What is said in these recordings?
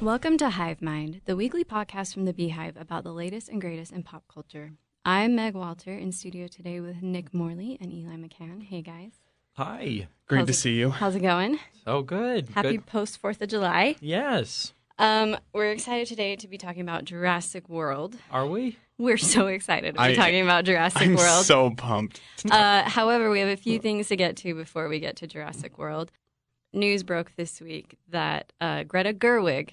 Welcome to Hive Mind, the weekly podcast from the Beehive about the latest and greatest in pop culture. I'm Meg Walter in studio today with Nick Morley and Eli McCann. Hey guys, Hi. Great How's to it- see you. how's it going? Oh, good. Happy Good. post Fourth of July. Yes. Um, we're excited today to be talking about Jurassic World. Are we? We're so excited to be I- talking about Jurassic I'm World. so pumped. Uh, however, we have a few things to get to before we get to Jurassic World. News broke this week that uh, Greta Gerwig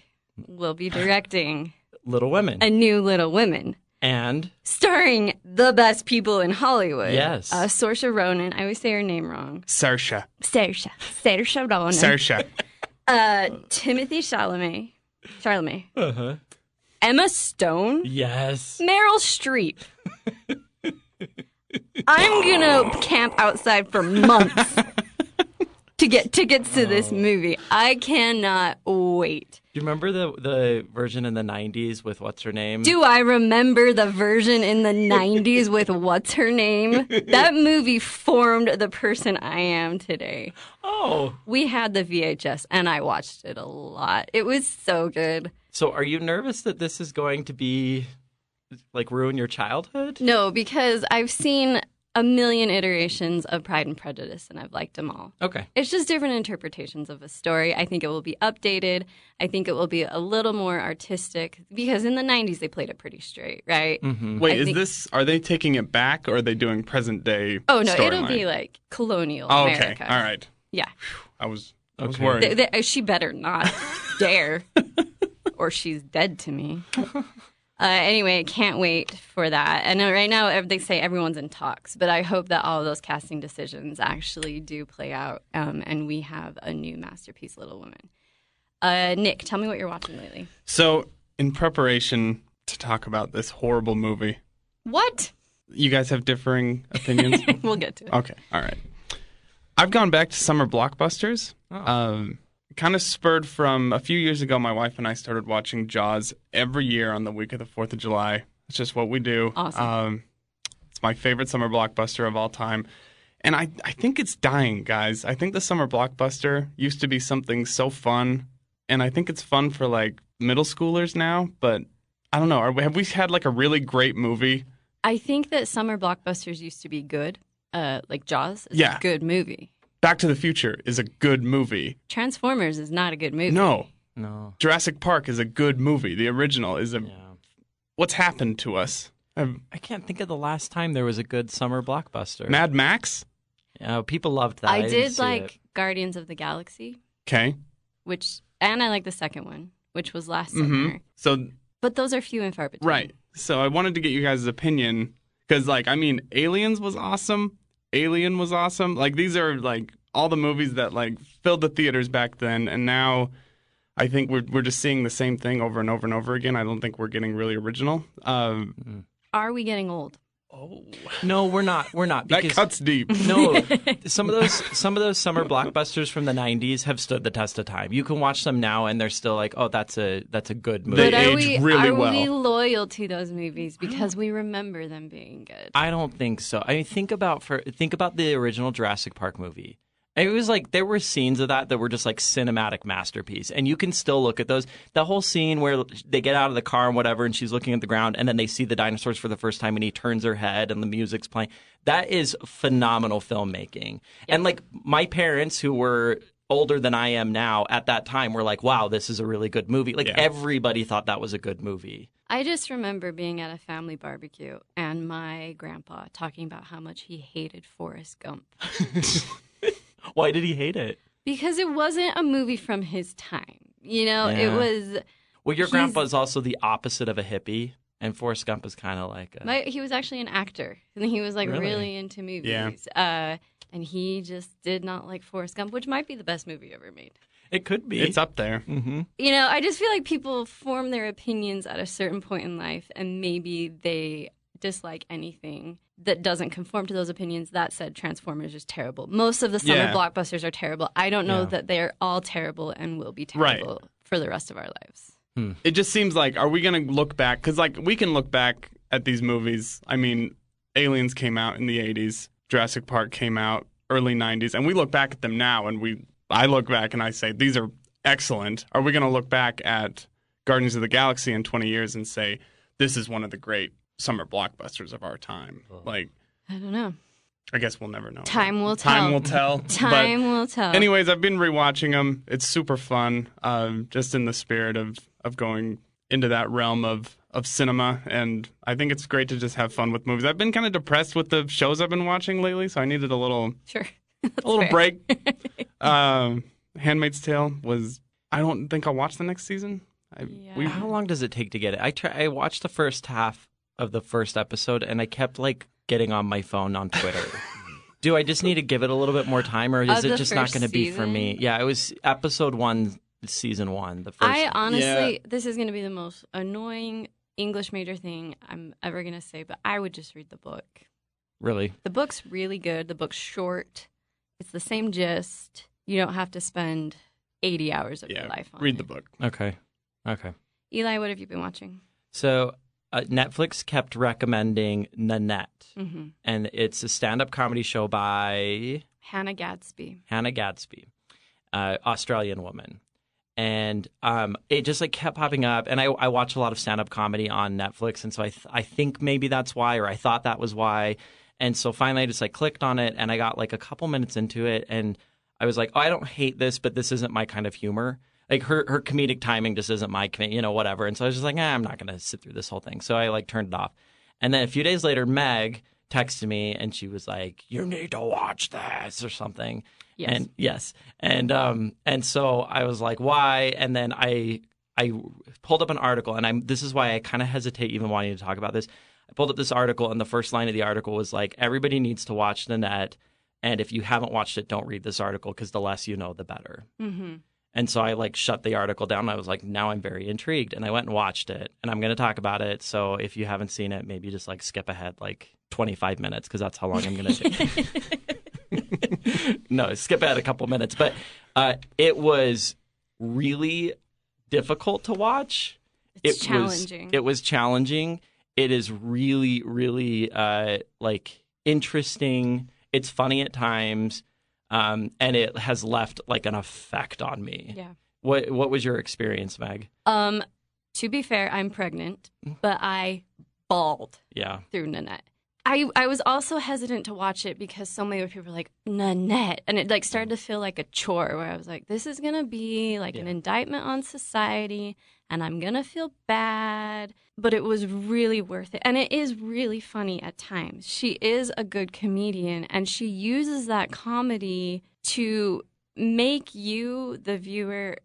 will be directing Little Women. a new Little Women, and starring the best people in Hollywood. Yes. uh, Saoirse Ronan. I always say her name wrong. Saoirse. Saoirse. Saoirse Ronan. Saoirse. Uh, Timothy Chalamet. Chalamet. uh-huh. Emma Stone. Yes. Meryl Streep. I'm gonna camp outside for months to get tickets to this movie. I cannot wait. Do you remember the the version in the 90s with what's her name? Do I remember the version in the 90s with what's her name? That movie formed the person I am today. Oh. We had the VHS and I watched it a lot. It was so good. So are you nervous that this is going to be like ruin your childhood? No, because I've seen a million iterations of Pride and Prejudice and I've liked them all. Okay. It's just different interpretations of a story. I think it will be updated. I think it will be a little more artistic because in the 90s they played it pretty straight, right? Mhm. Wait, I is think- this? Are they taking it back, or are they doing present day? Oh no, it'll storyline? be like colonial Oh, okay. America. All right. Yeah. I was. I was Okay. worried. Th- th- she better not dare or she's dead to me. Uh, anyway, can't wait for that. And uh, right now, ev- they say everyone's in talks, but I hope that all of those casting decisions actually do play out um, and we have a new masterpiece, Little Women. Uh, Nick, tell me what you're watching lately. so, in preparation to talk about this horrible movie, What? you guys have differing opinions. we'll get to it. Okay. All right. I've gone back to summer blockbusters. Oh. Um, kind of spurred from a few years ago, my wife and I started watching Jaws every year on the week of the 4th of July. It's just what we do. Awesome. Um, it's my favorite summer blockbuster of all time. And I, I think it's dying, guys. I think the summer blockbuster used to be something so fun. And I think it's fun for like middle schoolers now. But I don't know. Are, we- have we had like a really great movie? I think that summer blockbusters used to be good. Uh, like Jaws is Yeah. a good movie. Back to the Future is a good movie. Transformers is not a good movie. No, No. Jurassic Park is a good movie. The original is a. Yeah. What's happened to us? Um, I can't think of the last time there was a good summer blockbuster. Mad Max. Uh, people loved that. I, didn't did see like it. Guardians of the Galaxy, Okay. which and I like the second one, which was last hmm summer. So But those are few and far between. right. So I wanted to get you guys' opinion because, like, I mean, Aliens was awesome. Alien was awesome. Like these are like all the movies that like filled the theaters back then, and now I think we're we're just seeing the same thing over and over and over again. I don't think we're getting really original. Um, Are we getting old? oh, No, we're not. We're not that because cuts deep. No, some of those some of those summer blockbusters from the '90s have stood the test of time. You can watch them now, and they're still like, "Oh, that's a that's a good movie." They but are age we really are we well. loyal to those movies because we remember them being good? I don't think so. I mean, think about for think about the original Jurassic Park movie. It was like there were scenes of that that were just like cinematic masterpiece, and you can still look at those. The whole scene where they get out of the car and whatever, and she's looking at the ground, and then they see the dinosaurs for the first time, and he turns her head, and the music's playing. That is phenomenal filmmaking. And like my parents, who were older than I am now at that time, were like, "Wow, this is a really good movie." Like Yeah. everybody thought that was a good movie. I just remember being at a family barbecue and my grandpa talking about how much he hated Forrest Gump Why did he hate it? because it wasn't a movie from his time. You know, Yeah. it was Well, your He's- grandpa's also the opposite of a hippie, and Forrest Gump is kind of like a, My, he was actually an actor, and he was like really, Really? into movies. Uh, and he just did not like Forrest Gump, which might be the best movie ever made. it could be. It's up there. hmm You know, I just feel like people form their opinions at a certain point in life, and maybe they dislike anything that doesn't conform to those opinions. That said, Transformers is terrible. Most of the summer Yeah. blockbusters are terrible. I don't know Yeah. that they're all terrible and will be Right. terrible for the rest of our lives. it just seems like are we going to look back because like we can look back at these movies i mean aliens came out in the 80s jurassic park came out early 90s and we look back at them now and we i look back and i say these are excellent are we going to look back at Guardians of the Galaxy in 20 years and say this is one of the great summer blockbusters of our time. Like I don't know. I guess we'll never know. Time will Time tell. will tell. But Time will tell. anyways, I've been rewatching them. It's super fun. Um, just in the spirit of of going into that realm of of cinema, and I think it's great to just have fun with movies. I've been kind of depressed with the shows I've been watching lately, so I needed a little Sure. a little fair. break. um, Handmaid's Tale was. I don't think I'll watch the next season. I, we, Yeah. How long does it take to get it? I try. I watched the first half of the first episode, and I kept like getting on my phone on Twitter. Do I just need to give it a little bit more time, or is Of it the just not first going to be for me? season? Yeah, it was episode one, season one. The first. I honestly, Yeah. this is going to be the most annoying English major thing I'm ever going to say, but I would just read the book. really. The book's really good. The book's short. It's the same gist. You don't have to spend 80 hours of your yeah. life on Read it. the book. Okay. Okay. Eli, what have you been watching? So uh, Netflix kept recommending Nanette, hmm and it's a stand-up comedy show by Hannah Gadsby. Hannah Gadsby, uh, Australian woman. And um, it just like kept popping up, and I, I watch a lot of stand up comedy on Netflix, and so I th- I think maybe that's why, or I thought that was why, and so finally I just like clicked on it, and I got like a couple minutes into it, and I was like, oh, I don't hate this, but this isn't my kind of humor. Like her her comedic timing just isn't my, com- you know, whatever. And so I was just like, ah, I'm not gonna sit through this whole thing. So I like turned it off, and then a few days later, Meg texted me, and she was like, you need to watch this or something, Yes. and yes. And um and so I was like, why? And then I I pulled up an article and I'm this is why I kind of hesitate even wanting to talk about this. I pulled up this article and the first line of the article was like everybody needs to watch Nanette and if you haven't watched it don't read this article cuz the less you know the better. hmm And so I like shut the article down. I was like, now I'm very intrigued. And I went and watched it and I'm going to talk about it. So if you haven't seen it, maybe just like skip ahead like 25 minutes because that's how long I'm going to take. no, skip ahead a couple minutes. But uh, it was really difficult to watch. It's it challenging. Was, it was challenging. It is really, really uh, like interesting. It's funny at times. Um, and it has left like an effect on me. Yeah. What What was your experience, Meg? Um, to be fair, I'm pregnant, Mm-hmm. but I bawled Yeah. through Nanette. I, I was also hesitant to watch it because so many people were like Nanette, and it like started to feel like a chore. Where I was like, this is gonna be like an Yeah. indictment on society, and I'm gonna feel bad. But it was really worth it, and it is really funny at times. She is a good comedian, and she uses that comedy to make you, the viewer,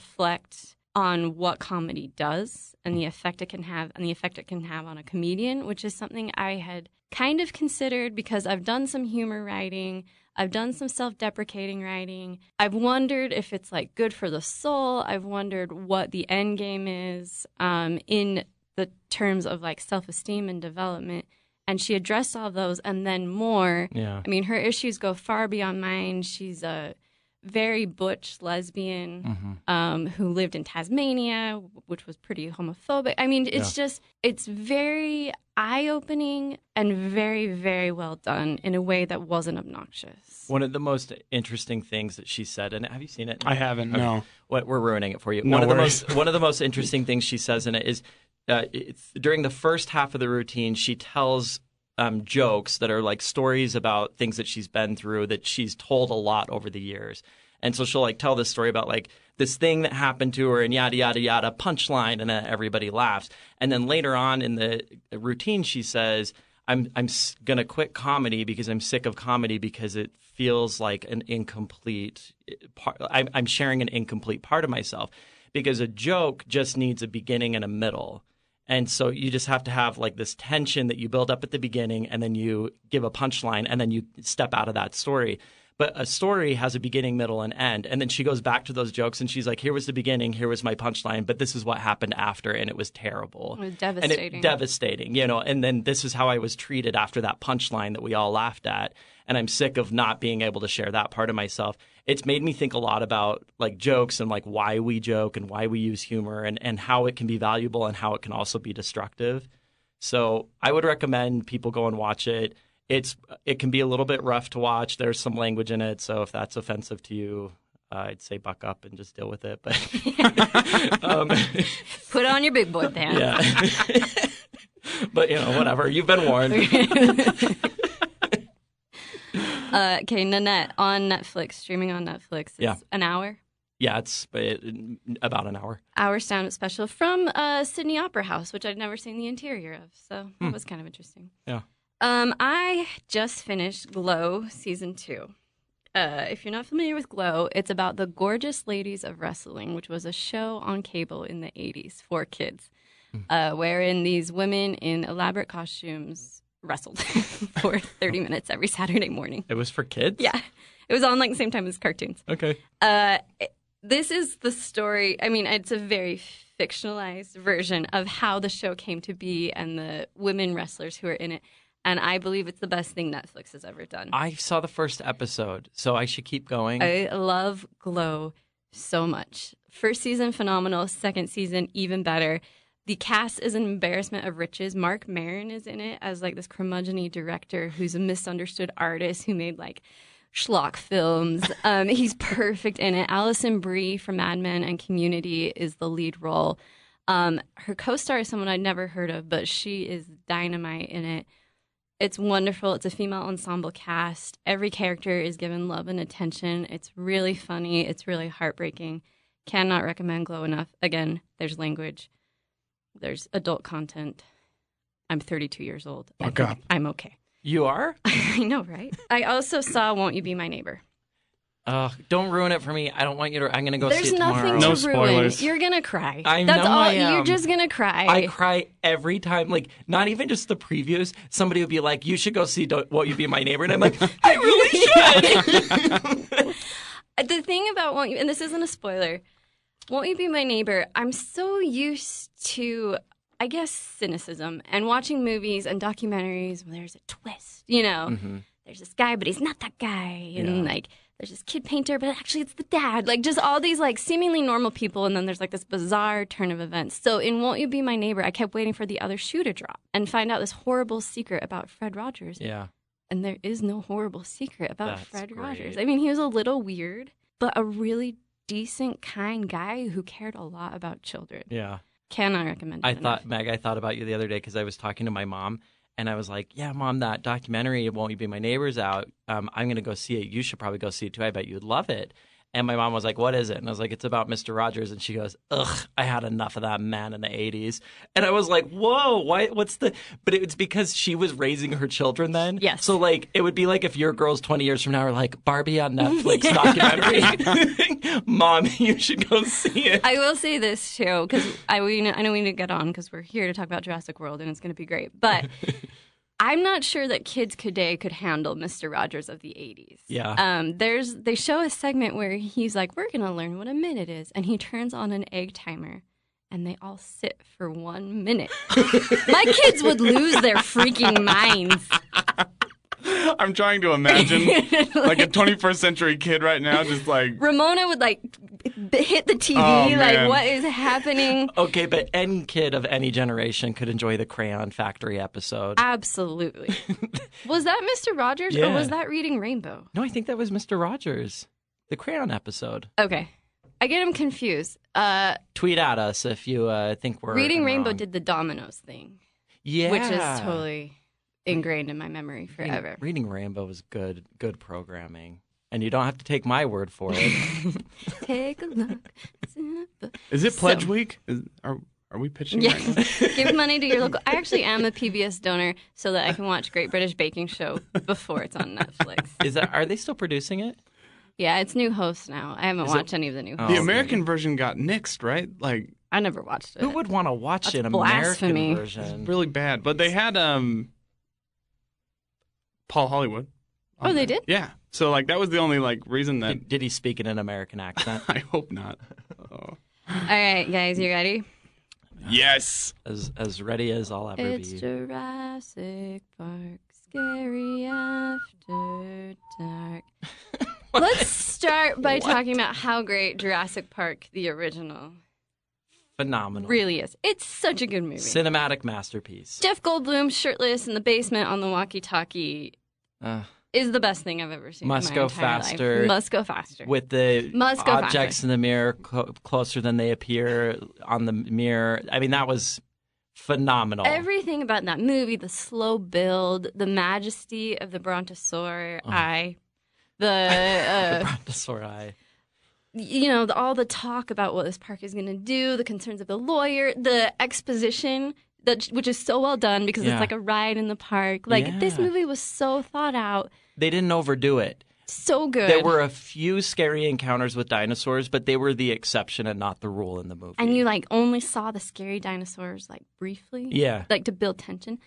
reflect on what comedy does and the effect it can have and the effect it can have on a comedian, which is something I had kind of considered because I've done some humor writing, I've done some self-deprecating writing. I've wondered if it's like good for the soul. I've wondered what the end game is um, in the terms of like self-esteem and development. And she addressed all of those and then more. Yeah. I mean, her issues go far beyond mine. She's a very butch lesbian um, who lived in Tasmania, which was pretty homophobic. I mean, it's just, it's very eye opening and very, very well done in a way that wasn't obnoxious. One of the most interesting things that she said, and have you seen it? I haven't. No. What we're ruining it for you. No one of the worries. most one of the most interesting things she says in it is uh, it's, during the first half of the routine, she tells um, jokes that are like stories about things that she's been through that she's told a lot over the years. And so she'll like tell this story about like this thing that happened to her and yada yada yada punchline, and then everybody laughs. And then later on in the routine, she says, "I'm I'm s- gonna quit comedy because I'm sick of comedy because it feels like an incomplete eh, part. I'm, I'm sharing an incomplete part of myself because a joke just needs a beginning and a middle." And so you just have to have like this tension that you build up at the beginning and then you give a punchline and then you step out of that story. But a story has a beginning, middle, and end. And then she goes back to those jokes and she's like, here was the beginning, here was my punchline, but this is what happened after and it was terrible. It was And devastating. it, devastating, you know. And then this is how I was treated after that punchline that we all laughed at. And I'm sick of not being able to share that part of myself. It's made me think a lot about like jokes and like why we joke and why we use humor and, and how it can be valuable and how it can also be destructive. So I would recommend people go and watch it. It's it can be a little bit rough to watch. There's some language in it, so if that's offensive to you, uh, I'd say buck up and just deal with it. But um, Put on your big boy pants. yeah, but you know, whatever. You've been warned. Uh, okay, Nanette on Netflix, streaming on Netflix. It's Yeah. an hour, Yeah, it's it, about an hour. hour sound special from uh, Sydney Opera House, which I'd never seen the interior of, so that was kind of interesting. Yeah. Um, I just finished Glow season two. Uh, if you're not familiar with Glow, it's about the gorgeous ladies of wrestling, which was a show on cable in the 80s for kids, uh, wherein these women in elaborate costumes wrestled for 30 minutes every Saturday morning. It was for kids. Yeah. It was on like the same time as cartoons. Okay. Uh, it- this is the story. I mean, it's a very fictionalized version of how the show came to be and the women wrestlers who are in it. And I believe it's the best thing Netflix has ever done. I saw the first episode, so I should keep going. I love Glow so much. First season, phenomenal. Second season, even better. The cast is an embarrassment of riches. Mark Maron is in it as like this curmudgeon director who's a misunderstood artist who made like schlock films. Um, he's perfect in it. Allison Brie from Mad Men and Community is the lead role. Um, her co-star is someone I'd never heard of, but she is dynamite in it it's wonderful. It's a female ensemble cast. Every character is given love and attention. It's really funny. It's really heartbreaking. Cannot recommend Glow enough. Again, there's language, there's adult content. I'm 32 years old. I Fuck think up. I'm okay. you are? I know, right? I also saw Won't You Be My Neighbor. Ugh, don't ruin it for me. I don't want you to. I'm gonna go There's see it tomorrow. nothing No to spoilers. ruin. You're going to cry. I That's know all. I am. You're just going to cry. I cry every time. Like, not even just the previews. Somebody would be like, "You should go see Don't, Won't You Be My Neighbor," and I'm like, "I really should." the thing about won't you and this isn't a spoiler won't you be my neighbor i'm so used to i guess cynicism and watching movies and documentaries where there's a twist you know Mm-hmm. there's this guy but he's not that guy and Mm. Yeah. like there's this kid painter but actually it's the dad like just all these like seemingly normal people and then there's like this bizarre turn of events so in won't you be my neighbor i kept waiting for the other shoe to drop and find out this horrible secret about fred rogers yeah, and there is no horrible secret about That's Fred great. Rogers. I mean, he was a little weird, but a really decent, kind guy who cared a lot about children. yeah. Cannot recommend it. I enough. thought, Meg, I thought about you the other day because I was talking to my mom and I was like, yeah, mom, that documentary, Won't You Be My Neighbor's out. Um, I'm going to go see it. You should probably go see it too. I bet you'd love it. And my mom was like, what is it? And I was like, it's about Mr. Rogers. And she goes, ugh, I had enough of that man in the 80s. And I was like, whoa, why, what's the, but it's because she was raising her children then. Yes. So like, it would be like if your girls 20 years from now are like, Barbie on Netflix documentary. mom, you should go see it. I will say this too, because I we know, I know we need to get on because we're here to talk about Jurassic World and it's going to be great. But I'm not sure that kids today could handle Mr. Rogers of the 80s. Yeah. Um, there's they show a segment where he's like, "We're going to learn what a minute is," and he turns on an egg timer. And they all sit for one minute. My kids would lose their freaking minds. I'm trying to imagine like a 21st century kid right now, just like Ramona would like b- hit the TV, Oh, like, man. what is happening? Okay, but any kid of any generation could enjoy the Crayon Factory episode. Absolutely. was that Mr. Rogers or Yeah. was that Reading Rainbow? no, I think that was Mr. Rogers, the Crayon episode. Okay. I get him confused. Uh, Tweet at us if you uh, think we're Reading I'm Rainbow wrong. did the dominoes thing, yeah, which is totally ingrained in my memory Reading- forever. Reading Rainbow was good, good programming, and you don't have to take my word for it. Take a look. It's in a book. Is it Pledge So- Week? Is, are are we pitching Yeah. right now? Give money to your local. I actually am a PBS donor so that I can watch Great British Baking Show before it's on Netflix. is that are they still producing it? Yeah, it's new hosts now. I haven't Is it- watched any of the new Oh. hosts. The American version got nixed, right? Like I never watched it. Who would want to watch That's an blasphemy. American version? really bad. But they had um Paul Hollywood. Oh, they did? Yeah. So like that was the only like reason that did, did he speak in an American accent? I hope not. Oh. All right, guys, you ready? Yes. as as ready as I'll ever It's be. Jurassic Park, scary after dark. Let's start by talking about how great Jurassic Park, the original, Phenomenal, really is. It's such a good movie. cinematic masterpiece. Jeff Goldblum shirtless in the basement on the walkie talkie. Uh, is the best thing I've ever seen. in Must my go entire life. faster. Must go faster. with the Must go objects faster. in the mirror clo closer than they appear on the mirror. I mean, that was phenomenal. Everything about that movie, the slow build, the majesty of the brontosaur eye, the, Uh-huh. uh, the brontosaur eye. you know, the, all the talk about what this park is going to do, the concerns of the lawyer, the exposition that which is so well done because Yeah. it's like a ride in the park. Like this Yeah. movie was so thought out, They didn't overdo it. so good. There were a few scary encounters with dinosaurs, but they were the exception and not the rule in the movie. and you like only saw the scary dinosaurs like briefly. Yeah. Like to build tension.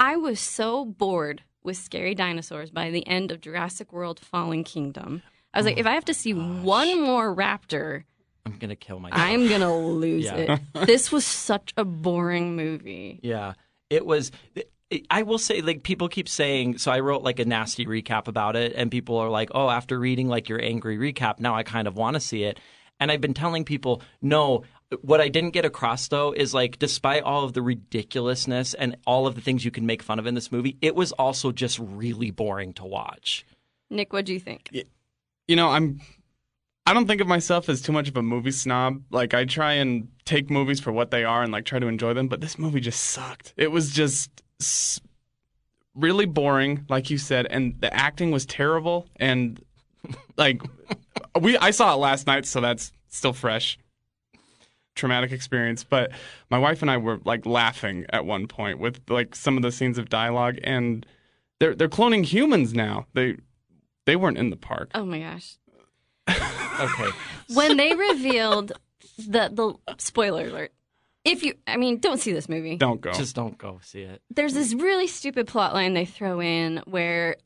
I was so bored with scary dinosaurs by the end of Jurassic World Fallen Kingdom. I was Oh like, if I have to see one more raptor, I'm gonna kill myself. I'm going to lose Yeah. it. This was such a boring movie. Yeah, it was. it- I will say, like people keep saying. So I wrote like a nasty recap about it, and people are like, "Oh, after reading like your angry recap, now I kind of want to see it." And I've been telling people, no. What I didn't get across though is like, despite all of the ridiculousness and all of the things you can make fun of in this movie, it was also just really boring to watch. Nick, what do you think? you know, I'm I don't think of myself as too much of a movie snob. Like I try and take movies for what they are and like try to enjoy them, but this movie just sucked. It was just s- really boring, like you said, and the acting was terrible and like we I saw it last night, so that's still fresh. Traumatic experience, but my wife and I were like laughing at one point with like some of the scenes of dialogue and they're they're cloning humans now. They they weren't in the park. Oh my gosh. Okay, When they revealed the the spoiler alert. If you I mean, don't see this movie. Don't go. just don't go see it. there's this really stupid plot line they throw in where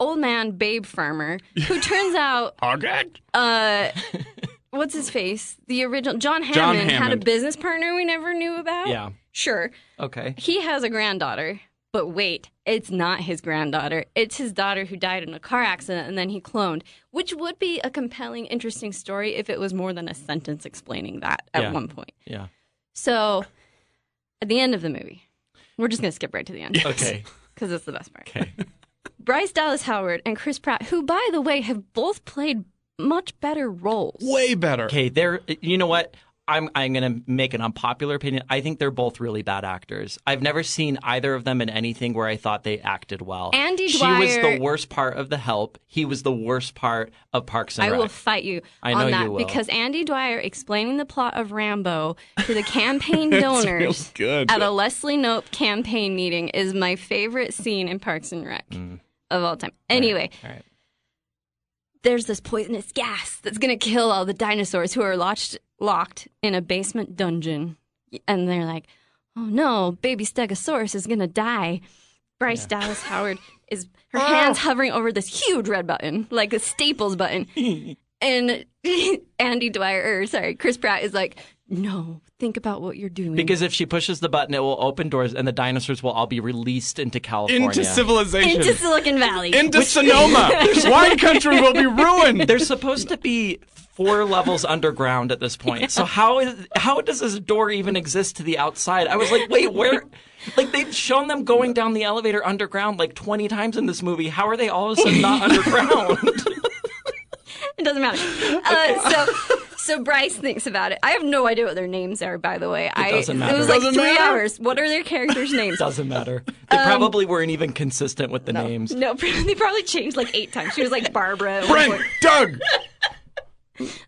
old man Babe Farmer, who turns out, Hogag? uh, what's his face? The original John Hammond, John had a Hammond. business partner we never knew about. Yeah. sure. Okay. He has a granddaughter, but wait, it's not his granddaughter. It's his daughter who died in a car accident and then he cloned, which would be a compelling, interesting story if it was more than a sentence explaining that at Yeah. one point. Yeah. So, at the end of the movie, we're just gonna skip right to the end. Okay. because it's the best part. Okay. Bryce Dallas Howard and Chris Pratt, who by the way have both played much better roles. Way better. Okay, they're you know what? I'm I'm gonna make an unpopular opinion. I think they're both really bad actors. I've never seen either of them in anything where I thought they acted well. Andy she was Dwyer- the worst part of The Help. He was the worst part of Parks and I Rec. will fight you I know on you that will. because Andy Dwyer explaining the plot of Rambo to the campaign donors good. at a Leslie Nope campaign meeting is my favorite scene in Parks and Rec of all time. Anyway, Mm. All right. there's this poisonous gas that's going to kill all the dinosaurs who are locked, locked in a basement dungeon. And they're like, oh no, baby Stegosaurus is going to die. Bryce Dallas Howard is her Oh. hands hovering over this huge red button, like a Staples button. and Andy Dwyer, or sorry, Chris Pratt is like, no, think about what you're doing. Because if she pushes the button, it will open doors, and the dinosaurs will all be released into California. Into civilization. into Into, Silicon Valley. Sonoma. Wine country will be ruined. They're supposed to be four levels underground at this point. So how is how does this door even exist to the outside? I was like, wait, where? Like they've shown them going down the elevator underground like twenty times in this movie. How are they all of a sudden not underground? It doesn't matter. Uh, so, so Bryce thinks about it. I have no idea what their names are, by the way. It I, doesn't matter. It was like Doesn't three matter? hours. What are their characters' names? Doesn't matter. They probably weren't even consistent with the names. Um, no, they probably changed like eight times. She was like Barbara, at one Brent, point. Doug.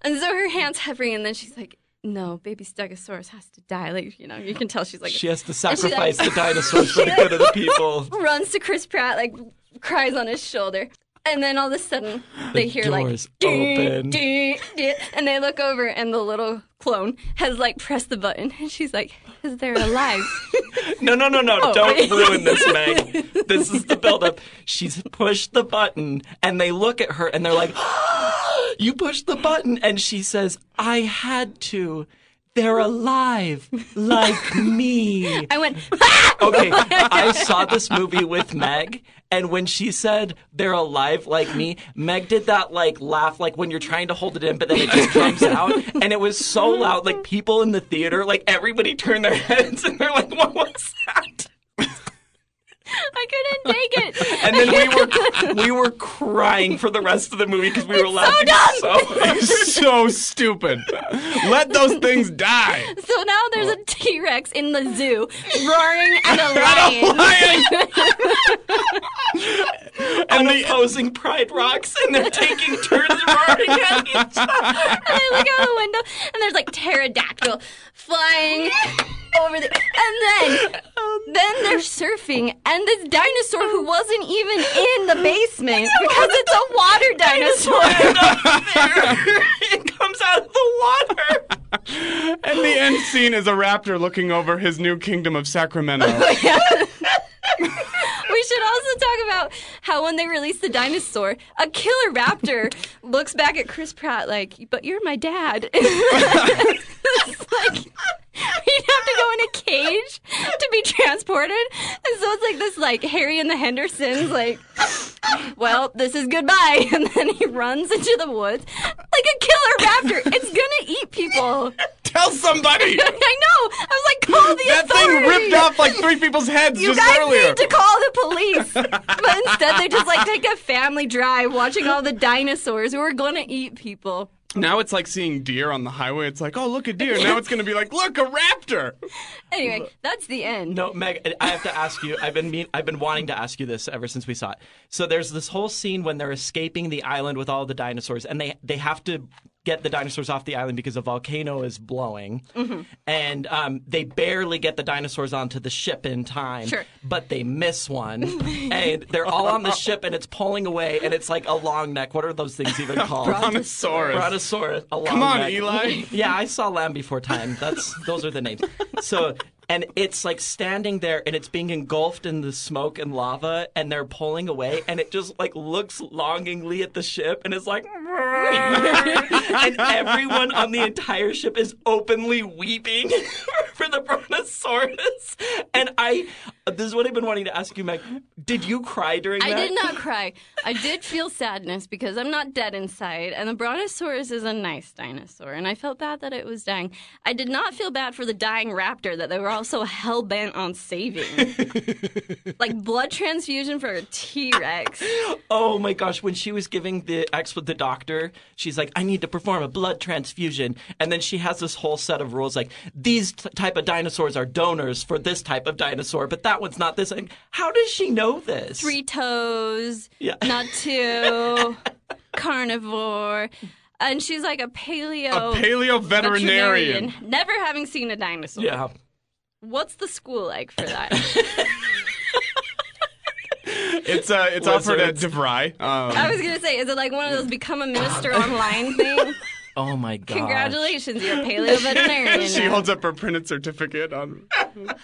and so her hands hovering, and then she's like, "No, baby Stegosaurus has to die." Like you know, you can tell she's like She has to And she, like, sacrifice the dinosaurs for the good of the people. runs to Chris Pratt, like cries on his shoulder. And then all of a sudden, they hear doors like, "Dee, open. dee, dee," and they look over, and the little clone has like pressed the button, and she's like, "Is there alive?" No, no, no, no. Don't wait. ruin this, Meg. This is the buildup. She's pushed the button, and they look at her and they're like, You pushed the button. And she says, I had to. They're alive, like me. I went, "Ah!" Okay, I saw this movie with Meg, and when she said they're alive like me, Meg did that like laugh, like when you're trying to hold it in, but then it just comes out, and it was so loud, like people in the theater, like everybody turned their heads, and they're like, "What was that?" I couldn't take it. And then we were we were crying for the rest of the movie because we were laughing so. He's so stupid. Let those things die. So now there's a T Rex in the zoo roaring at a lion. Lion. and the opposing pride rocks, and they're taking turns roaring at each other. And I look out the window and there's like pterodactyl flying over the. And then, then they're surfing and this dinosaur who wasn't even in the basement because it's a water dinosaur. it comes out of the water. And the end scene is a raptor looking over his new kingdom of Sacramento. We should also talk about how when they release the dinosaur, a killer raptor looks back at Chris Pratt like, "But you're my dad." it's like he'd have to go in a cage to be transported, and so it's like this, like Harry and the Hendersons, like, "Well, this is goodbye," and then he runs into the woods like a killer raptor. It's gonna eat people. Tell somebody. I know. I was like, "Call the That thing authorities." ripped off like three people's heads You just guys earlier. need to call the police. but instead, they just like take a family drive watching all the dinosaurs who are going to eat people. Now it's like seeing deer on the highway. It's like, oh, look a deer. Now it's going to be like, look, a raptor. Anyway, that's the end. No, Meg, I have to ask you. I've been mean, I've been wanting to ask you this ever since we saw it. So there's this whole scene when they're escaping the island with all the dinosaurs, and they they have to get the dinosaurs off the island because a volcano is blowing, and um, they barely get the dinosaurs onto the ship in time. Sure. but they miss one, and they're all on the ship, and it's pulling away, and it's like a long neck. What are those things even called? Brontosaurus. Brontosaurus. A long Come on, neck. Eli. Yeah, I saw Lamb Before Time. That's those are the names. So and it's like standing there and it's being engulfed in the smoke and lava and they're pulling away and it just like looks longingly at the ship and it's like and everyone on the entire ship is openly weeping for the brontosaurus and i this is what i've been wanting to ask you meg did you cry during I that did not cry. I did feel sadness because I'm not dead inside, and the Brontosaurus is a nice dinosaur, and I felt bad that it was dying. I did not feel bad for the dying raptor that they were also hell bent on saving. like blood transfusion for a T Rex. Oh my gosh! When she was giving the ex with the doctor, she's like, "I need to perform a blood transfusion," and then she has this whole set of rules like these t- type of dinosaurs are donors for this type of dinosaur, but that one's not this. And how does she know this? three toes, Yeah. not two, carnivore. And she's like a paleo Paleo Oh, veterinarian, veterinarian. never having seen a dinosaur. Yeah, What's the school like for that? It's uh, it's offered at Lizards. DeVry. I Um, was gonna say, is it like one of those become a minister online thing? Oh my god! Congratulations, you're a paleo veterinarian. she now. holds up her printed certificate on.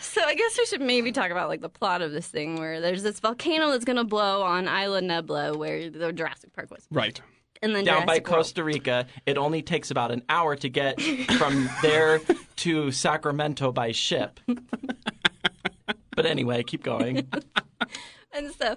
So I guess we should maybe talk about like the plot of this thing where there's this volcano that's gonna blow on Isla Nebla where the Jurassic Park was, Right. and then Down by Jurassic World. Costa Rica, it only takes about an hour to get from there to Sacramento by ship. But anyway, keep going. And so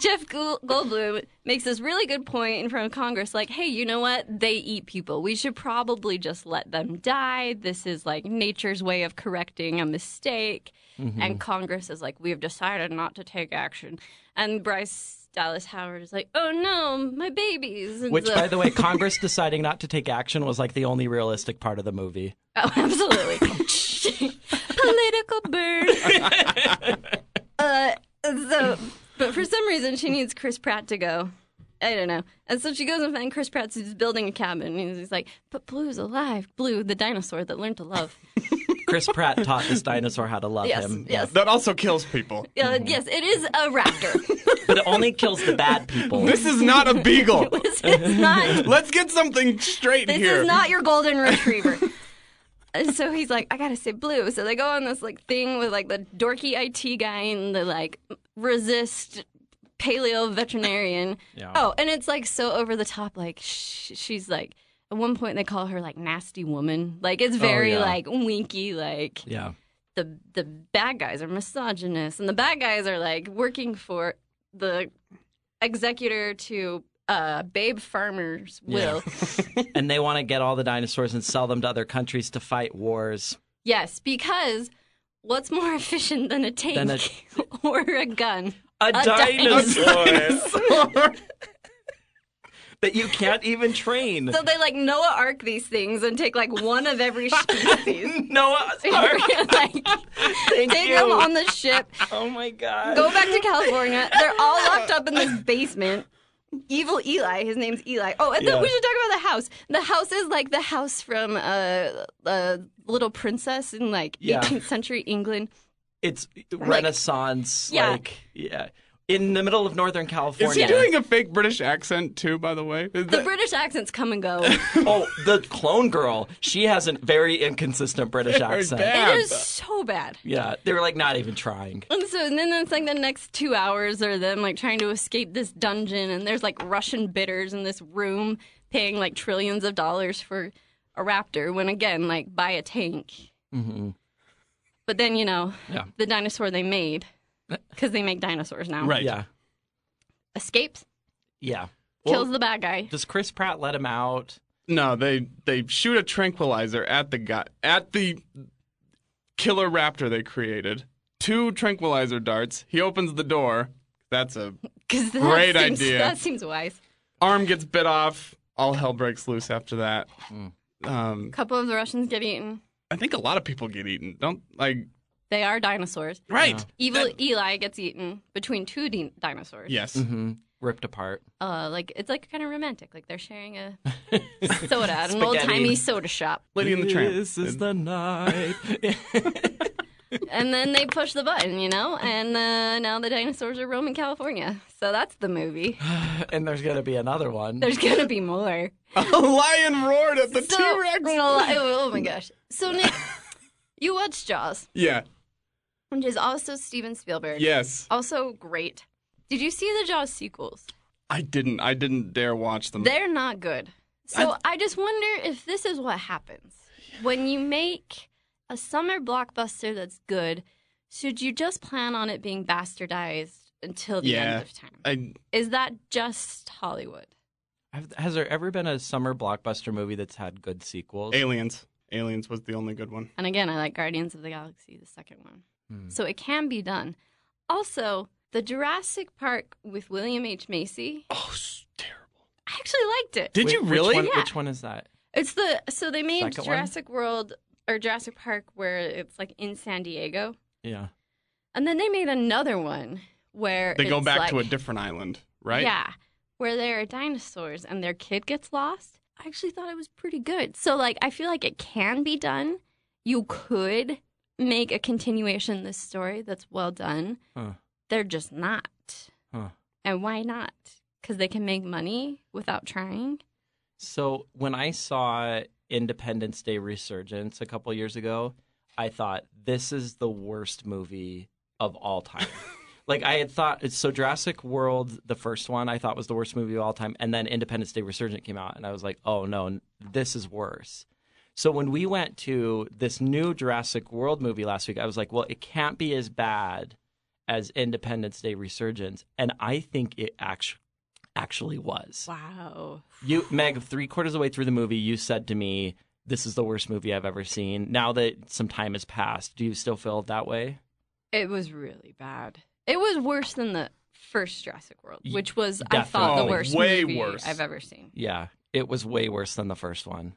Jeff Gold- Goldblum makes this really good point in front of Congress like, hey, you know what? They eat people. We should probably just let them die. This is like nature's way of correcting a mistake. Mm-hmm. And Congress is like, we have decided not to take action. And Bryce Dallas Howard is like, oh no, my babies. And Which, so- by the way, Congress deciding not to take action was like the only realistic part of the movie. Oh, absolutely. Political bird. uh, so, but for some reason, she needs Chris Pratt to go. I don't know. And so she goes and finds Chris Pratt's he's building a cabin. And he's like, but Blue's alive. Blue, the dinosaur that learned to love. Chris Pratt taught this dinosaur how to love Yes, him. yes. That also kills people. Uh, yes, it is a raptor. But it only kills the bad people. This is not a beagle. this is not Let's get something straight This here. is not your golden retriever. and so he's like, I gotta say blue. So they go on this like thing with like the dorky IT guy and the like resist paleo veterinarian. Yeah. Oh, and it's like so over the top. Like sh- she's like at one point they call her like nasty woman. Like it's very Oh, yeah. like winky. Like Yeah. the the bad guys are misogynists and the bad guys are like working for the executor to uh, Babe Farmer's will. And they want to get all the dinosaurs and sell them to other countries to fight wars. Yes, because What's more efficient than a tank Than a- or a gun? A, dinosaur. dinosaur that you can't even train. So they like Noah Ark these things and take like one of every species. Noah's Ark. like Thank take you. them on the ship, oh my god. go back to California. They're all locked up in this basement. Evil Eli, his name's Eli. Oh, and Yeah. then we should talk about the house. The house is like the house from uh, uh, Little Princess in like Yeah. 18th century England. it's Renaissance. Yeah. Like yeah, in the middle of Northern Is he California. doing a fake British accent too? By the way, The Is that- British accents come and go. oh, the clone girl. She has a very inconsistent British Very accent. bad. It is so bad. Yeah, they were like not even trying. And so and then it's like the next two hours are them like trying to escape this dungeon, and there's like Russian bidders in this room paying like trillions of dollars for a raptor when again like buy a tank. Mm-hmm. But then you know Yeah. the dinosaur they made because they make dinosaurs now Right. Yeah, escapes, yeah. kills Well, the bad guy. does Chris Pratt let him out? No, they they shoot a tranquilizer at the guy at the killer raptor they created. Two tranquilizer darts. He opens the door. That's a Because that Great seems, idea. That seems wise. arm gets bit off. All hell breaks loose after that. Hmm. Um, A couple of the Russians get eaten. I think a lot of people get eaten. Don't like They are dinosaurs. right. Evil Eli gets eaten between two din dinosaurs. Yes. hmm Ripped apart. uh, like it's like kind of romantic. Like they're sharing a soda at an Spaghetti. old timey soda shop, Lady in the Tramp. This is the night. and then they push the button, you know, and uh, now the dinosaurs are roaming California. So that's the movie. and there's gonna be another one. There's gonna be more. a lion roared at the So, T Rex. Oh, oh my gosh! So Nick, you watched Jaws, Yeah. which is also Steven Spielberg. Yes. Also great. Did you see the Jaws sequels? I didn't. I didn't dare watch them. They're not good. So I, just wonder if this is what happens when you make a summer blockbuster that's good. Should you just plan on it being bastardized until the Yeah. end of time? I Is that just Hollywood? Have- Has there ever been a summer blockbuster movie that's had good sequels? aliens. Aliens was the only good one. And again, I like Guardians of the Galaxy, the second one. Hmm. So it can be done. Also, the Jurassic Park with William H. Macy, Oh, s- terrible. I actually liked it. Did Wait, you which really? one- Yeah. Which one is that? It's the so they made Second one? Jurassic World or Jurassic Park where it's like in San Diego. Yeah. And then they made another one where They go it's back like- to a different island, right? Yeah, where there are dinosaurs and their kid gets lost. I actually thought it was pretty good. So like, I feel like it can be done. You could make a continuation of this story that's well done. Huh. They're just not. Huh. And why not? Because they can make money without trying. So when I saw Independence Day Resurgence a couple years ago, I thought this is the worst movie of all time. like I had thought, so Jurassic World, the first one, I thought was the worst movie of all time, and then Independence Day Resurgence came out, and I was like, oh no, n- this is worse. So when we went to this new Jurassic World movie last week, I was like, well, it can't be as bad as Independence Day Resurgence, and I think it actually actually was. Wow. You, Meg, three quarters of the way through the movie, you said to me, "This is the worst movie I've ever seen." Now that some time has passed, do you still feel that way? It was really bad. It was worse than the first Jurassic World, Y- which was I thought the definitely. Oh, worst Way movie worse. I've ever seen. Yeah, it was way worse than the first one.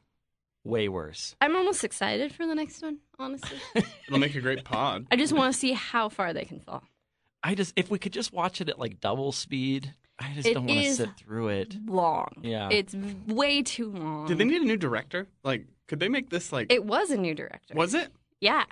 Way worse. I'm almost excited for the next one, honestly. It'll make a great pod. I just want to see how far they can fall. I just, if we could just watch it at like double speed, I just It don't want to is- sit through it. Long. Yeah. It's way too long. Did they need a new director? Like, could they make this like? it was a new director. was it? Yeah.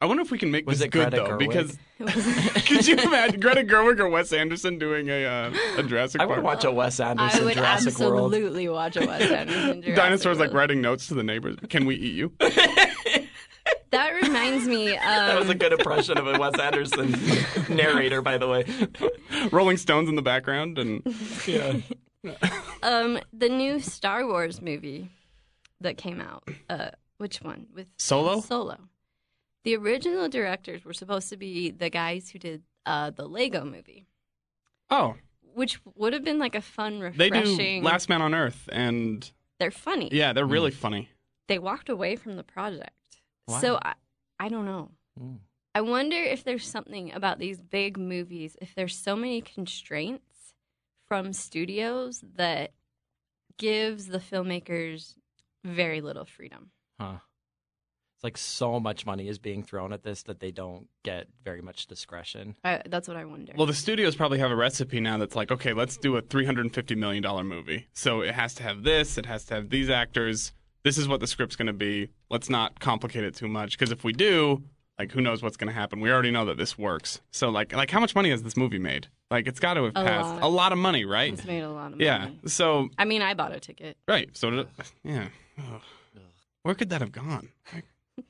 I wonder if we can make Was this it good Greta though, Gerwig? because It was- could you imagine Greta Gerwig or Wes Anderson doing a uh, a Jurassic I would Park? watch a Wes I Anderson would Jurassic World. absolutely watch a Wes Anderson Jurassic Dinosaurs like World. writing notes to the neighbors. Can we eat you? That reminds me. Um, That was a good impression of a Wes Anderson narrator, by the way. Rolling Stones in the background and Yeah. um, the new Star Wars movie that came out. Uh, which one? With Solo? Solo. The original directors were supposed to be the guys who did uh, the Lego movie, Oh, which would have been like a fun, they refreshing. do Last Man on Earth and They're funny. Mm. yeah, they're really funny. they walked away from the project. Why? So I, I don't know. Hmm. I wonder if there's something about these big movies, if there's so many constraints from studios that gives the filmmakers very little freedom. Huh. It's like so much money is being thrown at this that they don't get very much discretion. I, that's what I wonder. Well, the studios probably have a recipe now that's like, okay, let's do a $350 million movie. So it has to have this, it has to have these actors. This is what the script's going to be. Let's not complicate it too much because if we do, like who knows what's going to happen. We already know that this works. So like like how much money has this movie made? Like it's got to have A passed lot. a lot of money, right? it's made a lot of money. Yeah. So I mean, I bought a ticket. right. So did- yeah. Ugh. Where could that have gone? Like,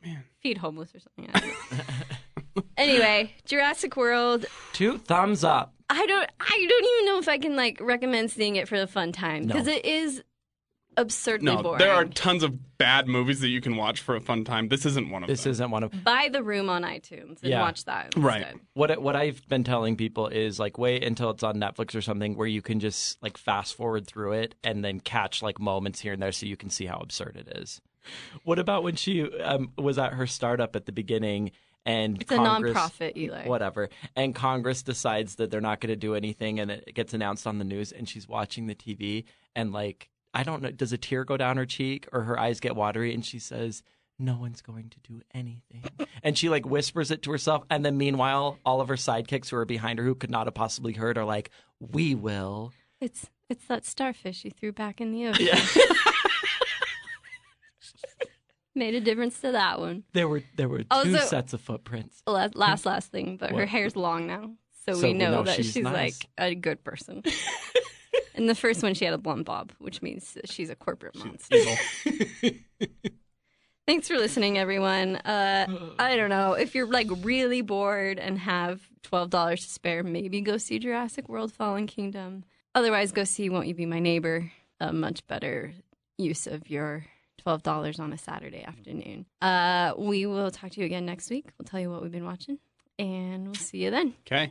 man. Feed homeless or something. I don't know. anyway, Jurassic World. Two thumbs up. I don't. I don't even know if I can like recommend seeing it for the fun time because it is absurdly No, boring. there are tons of bad movies that you can watch for a fun time. This isn't one of This them. isn't one of Buy the room on iTunes and Yeah. watch that. Right. instead. what I- what I've been telling people is like wait until it's on Netflix or something where you can just like fast forward through it and then catch like moments here and there so you can see how absurd it is. What about when she um, was at her startup at the beginning and It's a Congress- nonprofit, Eli. whatever, and Congress decides that they're not going to do anything and it gets announced on the news and she's watching the TV and like I don't know does a tear go down her cheek or her eyes get watery and she says no one's going to do anything. And she like whispers it to herself. And then meanwhile, all of her sidekicks who are behind her who could not have possibly heard are like, we will. It's it's that starfish you threw back in the ocean. Made a difference to that one. There were there were two Also- sets of footprints. Last last, last thing, but her What? hair's long now, so, So we we know, know that she's she's, nice. like a good person. In the first one, she had a blonde bob, which means that she's a corporate monster. Thanks for listening, everyone. Uh, I don't know if you're like really bored and have twelve dollars to spare, maybe go see Jurassic World: Fallen Kingdom. Otherwise, go see Won't You Be My Neighbor? A much better use of your twelve dollars on a Saturday afternoon. Uh, we will talk to you again next week. We'll tell you what we've been watching, and we'll see you then. Okay.